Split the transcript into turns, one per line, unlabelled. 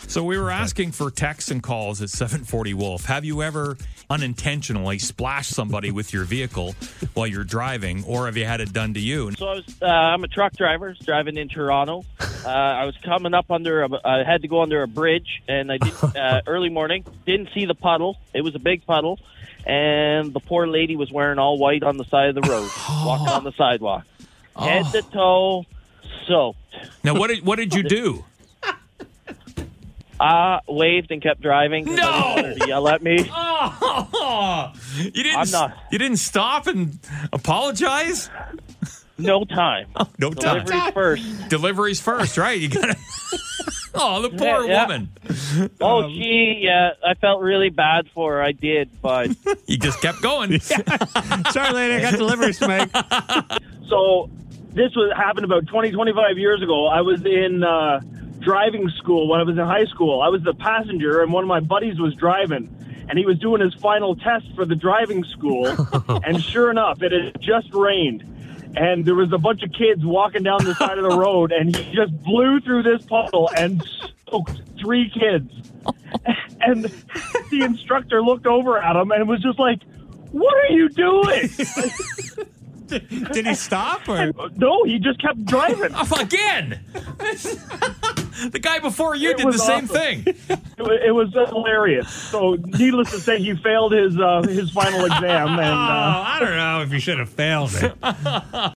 So we were asking for texts and calls at 740 Wolf. Have you ever unintentionally splashed somebody with your vehicle while you're driving, or have you had it done to you?
So I was, uh, I'm a truck driver, was driving in Toronto. Uh, I was coming up under, a, I had to go under a bridge, and I did uh, early morning. Didn't see the puddle. It was a big puddle, and the poor lady was wearing all white on the side of the road, walking on the sidewalk, head to toe, soaked.
Now, what did, what did you do?
I waved and kept driving. 'cause I didn't want her to yell at me.
Oh, you didn't.
I'm not-
You didn't stop and apologize.
No time.
No time.
Delivery first.
Deliveries first, right? You gotta. oh, the poor
Yeah, yeah.
woman.
Oh, gee, yeah. I felt really bad for her. I did, but
You just kept going.
Sorry, lady, I got deliveries to make.
So this was happened about 20, 25 years ago. I was in uh, driving school when I was in high school. I was the passenger, and one of my buddies was driving, and he was doing his final test for the driving school. and sure enough, it had just rained. And there was a bunch of kids walking down the side of the road, and he just blew through this puddle and soaked three kids. And the instructor looked over at him and was just like, "What are you doing?"
Did he stop or?
no, he just kept driving.
Oh, Again. the guy before you
It
did the
was
same
awesome.
thing.
It wa- It was hilarious. So, needless to say, he failed his uh, his final exam, and
Oh,
uh,
I don't know if you should have failed it.